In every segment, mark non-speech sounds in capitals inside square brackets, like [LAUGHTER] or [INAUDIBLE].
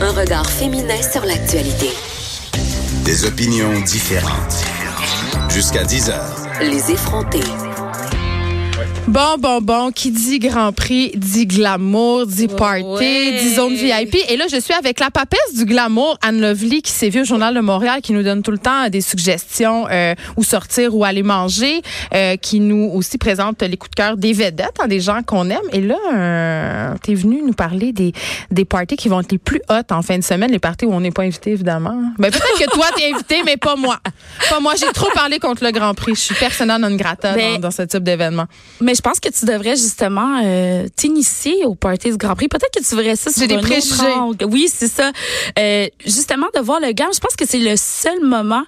Un regard féminin sur l'actualité. Des opinions différentes. Jusqu'à 10 heures. Les effrontés. Bon, bon, bon, qui dit Grand Prix, dit glamour, dit party, Ouais. dit zone VIP. Et là, je suis avec la papesse du glamour, Anne Lovely, qui sévit au Journal de Montréal, qui nous donne tout le temps des suggestions euh, où sortir, où aller manger, euh, qui nous aussi présente les coups de cœur des vedettes, hein, des gens qu'on aime. Et là, euh, t'es venue nous parler des, des parties qui vont être les plus hautes en fin de semaine, les parties où on n'est pas invité, évidemment. Ben, peut-être que toi, t'es invité, mais pas moi. Pas moi. J'ai trop parlé contre le Grand Prix. Je suis persona non grata Ben, dans- dans ce type d'événement. Mais je pense que tu devrais justement euh, t'initier au party du Grand Prix. Peut-être que tu verrais ça sur J'ai des un autre préjugés. angle. Oui, c'est ça. Euh, justement, de voir le gamme, je pense que c'est le seul moment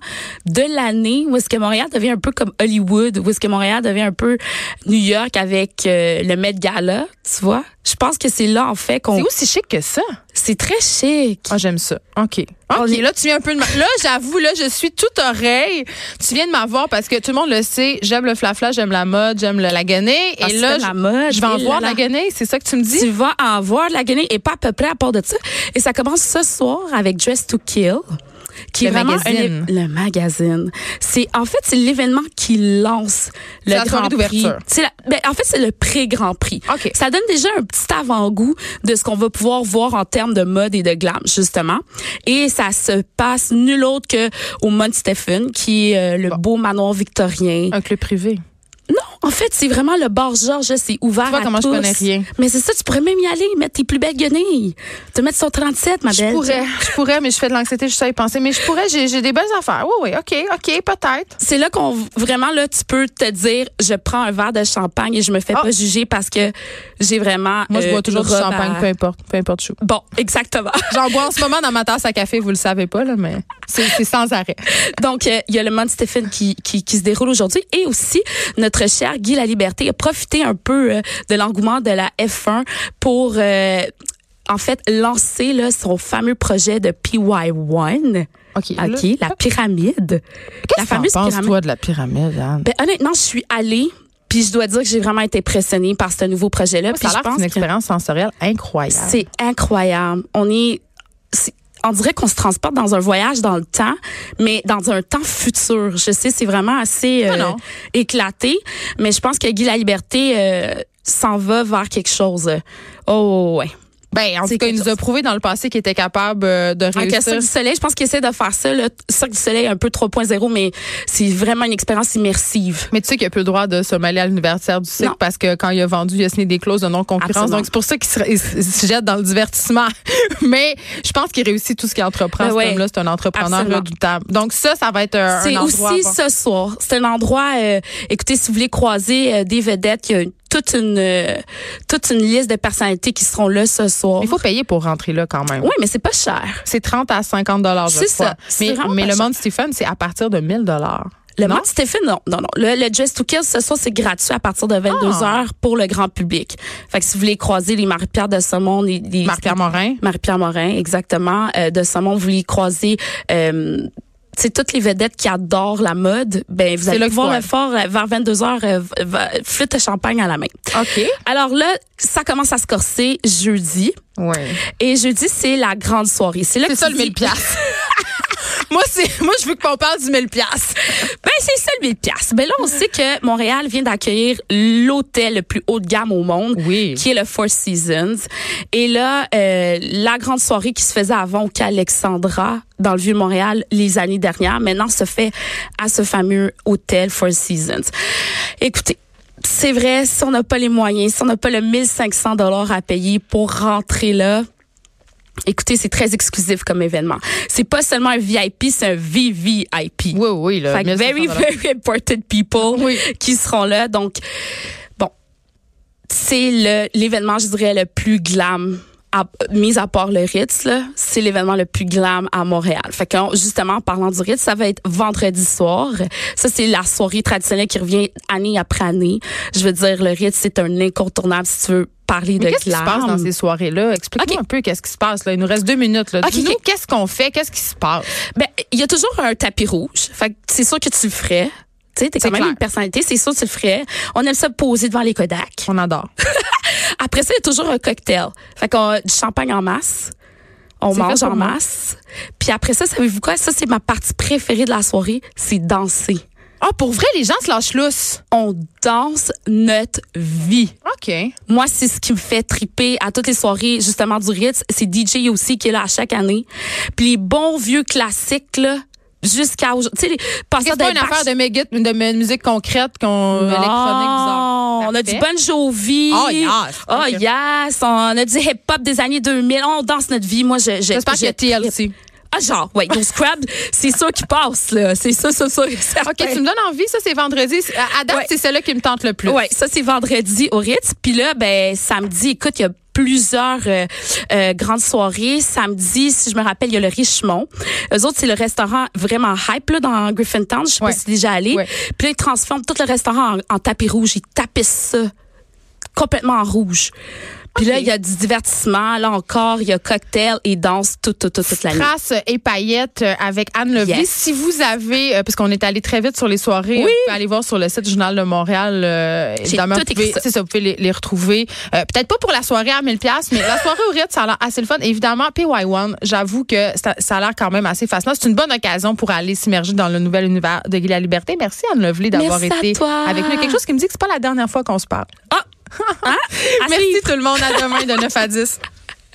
de l'année où est-ce que Montréal devient un peu comme Hollywood, où est-ce que Montréal devient un peu New York avec euh, le Met Gala, tu vois. Je pense que c'est là, en fait, C'est qu'on... aussi chic que ça. C'est très chic. Ah, j'aime ça. OK. OK, là, tu viens un peu de ma... Là, j'avoue, là, je suis toute oreille. Tu viens de m'avoir parce que tout le monde le sait. J'aime le flafla, j'aime la mode, j'aime le la guenille. Ah, et c'est là, de la je- mode, je vais en et voir de là, la là. guenille. C'est ça que tu me dis? Tu vas en voir de la guenille et pas à peu près à part de ça. Et ça commence ce soir avec Dress to Kill. Qui Le est vraiment un magazine. é- le magazine. C'est en fait c'est l'événement qui lance le C'est la soirée Grand Prix. d'ouverture. C'est la- ben, en fait c'est le pré-Grand Prix. OK. Ça donne déjà un petit avant-goût de ce qu'on va pouvoir voir en termes de mode et de glam justement. Et ça se passe nul autre que au Mount Stephen qui est euh, le beau manoir victorien. Un club privé. Non, en fait, c'est vraiment le bar Georges, là, c'est ouvert Tu vois à comment je tous. connais rien. Mais c'est ça, tu pourrais même y aller, mettre tes plus belles guenilles. Te mettre sur 37, ma Je belle. pourrais, je pourrais, mais je fais de l'anxiété juste à y penser. Mais je pourrais, j'ai j'ai des belles affaires. Oui, oui, OK, OK, peut-être. C'est là qu'on vraiment là tu peux te dire je prends un verre de champagne et je me fais Ah. pas juger parce que j'ai vraiment Moi, je euh, bois toujours une du robe champagne, à- peu importe, peu importe chou. Bon, exactement. J'en bois en ce moment dans ma tasse à café, vous le savez pas, là, mais c'est c'est sans arrêt. Donc, euh, il y a le Mount Stephen qui, qui, qui se déroule aujourd'hui et aussi notre cher Guy La Liberté a profité un peu euh, de l'engouement de la F1 pour euh, en fait lancer là, son fameux projet de PY1. OK. là- OK, la pyramide. La Qu'est-ce que fameuse tu penses, pyramide. toi, de la pyramide, Anne? Ben, honnêtement, je suis allée puis je dois dire que j'ai vraiment été impressionnée par ce nouveau projet-là. Puis Ça a je l'air que c'est pense une que- expérience sensorielle incroyable. C'est incroyable. On est, c'est- on dirait qu'on se transporte dans un voyage dans le temps, mais dans un temps futur. Je sais, c'est vraiment assez euh, Non, non. éclaté, mais je pense que Guy la Liberté s'en va vers quelque chose. Oh ouais. Ben, en tout C'est cas, il quelque nous a chose. prouvé dans le passé qu'il était capable euh, de En réussir. Cirque du Soleil, je pense qu'il essaie de faire ça. Le Cirque du Soleil un peu 3.0, mais c'est vraiment une expérience immersive. Mais tu sais qu'il a plus le droit de se mêler à l'anniversaire du cycle Non. parce que quand il a vendu, il a signé des clauses de non-concurrence. Absolument. Donc, c'est pour ça qu'il se, il se- il se jette dans le divertissement. [LAUGHS] Mais je pense qu'il réussit tout ce qu'il entreprend. Ben cet ouais. homme-là, c'est un entrepreneur Absolument. redoutable. Donc, ça, ça va être un, C'est un endroit à aussi voir. ce soir. C'est un endroit. euh, écoutez, si vous voulez croiser euh, des vedettes, il y a une- toute une euh, toute une liste de personnalités qui seront là ce soir. Il faut payer pour rentrer là quand même. Oui, mais c'est pas cher. C'est 30 à 50 dollars, je C'est crois. ça. C'est Mais, vraiment mais pas le cher. Mount Stephen, c'est à partir de 1000 dollars. Le Mont Stephen, non, non, non. Le, le Dress to Kill, ce soir, c'est gratuit à partir de 22 Ah. h pour le grand public. Fait que si vous voulez croiser les Marie-Pierre de Saumon, les, les- Marc-Pierre Morin. Marie-Pierre Morin, exactement, euh, de Saumon, vous voulez croiser, euh, tu sais, toutes les vedettes qui adorent la mode, ben, vous C'est là allez qu'il faut voir le aller. fort euh, vers 22 h euh, v- v- flûte de champagne à la main. OK. Alors là, ça commence à se corser jeudi. Oui. Et jeudi, c'est la grande soirée. C'est là C'est que ça tu le dis- 1000 piastres. [LAUGHS] moi, c'est, [LAUGHS] moi, je veux qu'on parle du 1000 piastres. Ben, c'est ça le 1000 piastres. Ben là, on sait que Montréal vient d'accueillir l'hôtel le plus haut de gamme au monde. Oui. Qui est le Four Seasons. Et là, euh, la grande soirée qui se faisait avant au Alexandra dans le Vieux-Montréal les années dernières, maintenant se fait à ce fameux hôtel Four Seasons. Écoutez. C'est vrai, si on n'a pas les moyens, si on n'a pas le 1500 dollars à payer pour rentrer là, écoutez, c'est très exclusif comme événement. C'est pas seulement un VIP, c'est un VVIP. Oui, ben oui, là. Fait que very, 1500 very important people euh, Oui. qui seront là. Donc, bon, c'est le- l'événement, je dirais, le plus glam. à- mis à part le Ritz, là, c'est l'événement le plus glam à Montréal. Fait que, on- justement, en parlant du Ritz, ça va être vendredi soir. Ça, c'est la soirée traditionnelle qui revient année après année. Je veux dire, le Ritz, c'est un incontournable si tu veux Mais parler de qu'est-ce qui se glam. passe dans ces soirées-là? Explique-moi Ok. un peu qu'est-ce qui se passe. Là. Il nous reste deux minutes. Là. Ok, Dis-nous ok. qu'est-ce qu'on fait? Qu'est-ce qui se passe? Ben, il y a toujours un tapis rouge. Fait que c'est sûr que tu le ferais. Tu sais, t'es C'est quand même clair. une personnalité, c'est sûr que tu le ferais. On aime ça poser devant les Kodak. On adore. Après ça, il y a toujours un cocktail. Fait qu'on a du champagne en masse. On C'est mange fait en pour moi. masse. Puis après ça, savez-vous quoi? Ça, c'est ma partie préférée de la soirée. C'est danser. Ah, pour vrai, les gens se lâchent lousse. On danse notre vie. OK. Moi, c'est ce qui me fait triper à toutes les soirées, justement, du Ritz. C'est DJ aussi qui est là à chaque année. Puis les bons vieux classiques, là, jusqu'à aujourd'hui. Tu sais, les C'est passeurs pas de une Bach- affaire de, méga- de mu- musique concrète qu'on Non, électronique bizarre. On a Parfait. du Bon Jovi. Oh, yes. Oh, Ok. yes. On a du hip-hop des années 2000. On danse notre vie. Moi, je, je, J'espère qu'il y a je TLC. tripe. Ah, genre, ouais, Ghost Crab, c'est ça qui passe, là. C'est ça, ça, ça. OK, tu me donnes envie. Ça, c'est vendredi. À à date, Ouais. c'est celle-là qui me tente le plus. Ouais, ça c'est vendredi au Ritz. Puis là, ben samedi, écoute, il y a plusieurs euh, euh, grandes soirées. Samedi, si je me rappelle, il y a le Richemont. Eux autres, c'est le restaurant vraiment hype là, dans Griffintown. Je sais Ouais. pas si t'es déjà allé. Ouais. Puis là, ils transforment tout le restaurant en, en tapis rouge. Ils tapissent ça complètement en rouge. Puis là, Ok. il y a du divertissement. Là encore, il y a cocktail et danse toute, toute, toute, toute la nuit. Traces et paillettes euh, avec Anne Levy. Yes. Si vous avez, euh, parce qu'on est allé très vite sur les soirées, vous pouvez aller voir sur le site du Journal de Montréal. euh, évidemment, tout vous pouvez- écrit ça. c'est ça, vous pouvez les, les retrouver. Euh, Peut-être pas pour la soirée à 1000 pièces, mais la soirée au Ritz, ça a l'air assez le fun. Évidemment, PY1, j'avoue que ça, ça a l'air quand même assez fascinant. C'est une bonne occasion pour aller s'immerger dans le nouvel univers de Guy la Liberté. Merci Anne Levy d'avoir Merci à été toi. avec nous. Quelque chose qui me dit que c'est pas la dernière fois qu'on se parle. Ah! Hein? À [LAUGHS] Merci suivre. tout le monde. À demain de 9 à 10.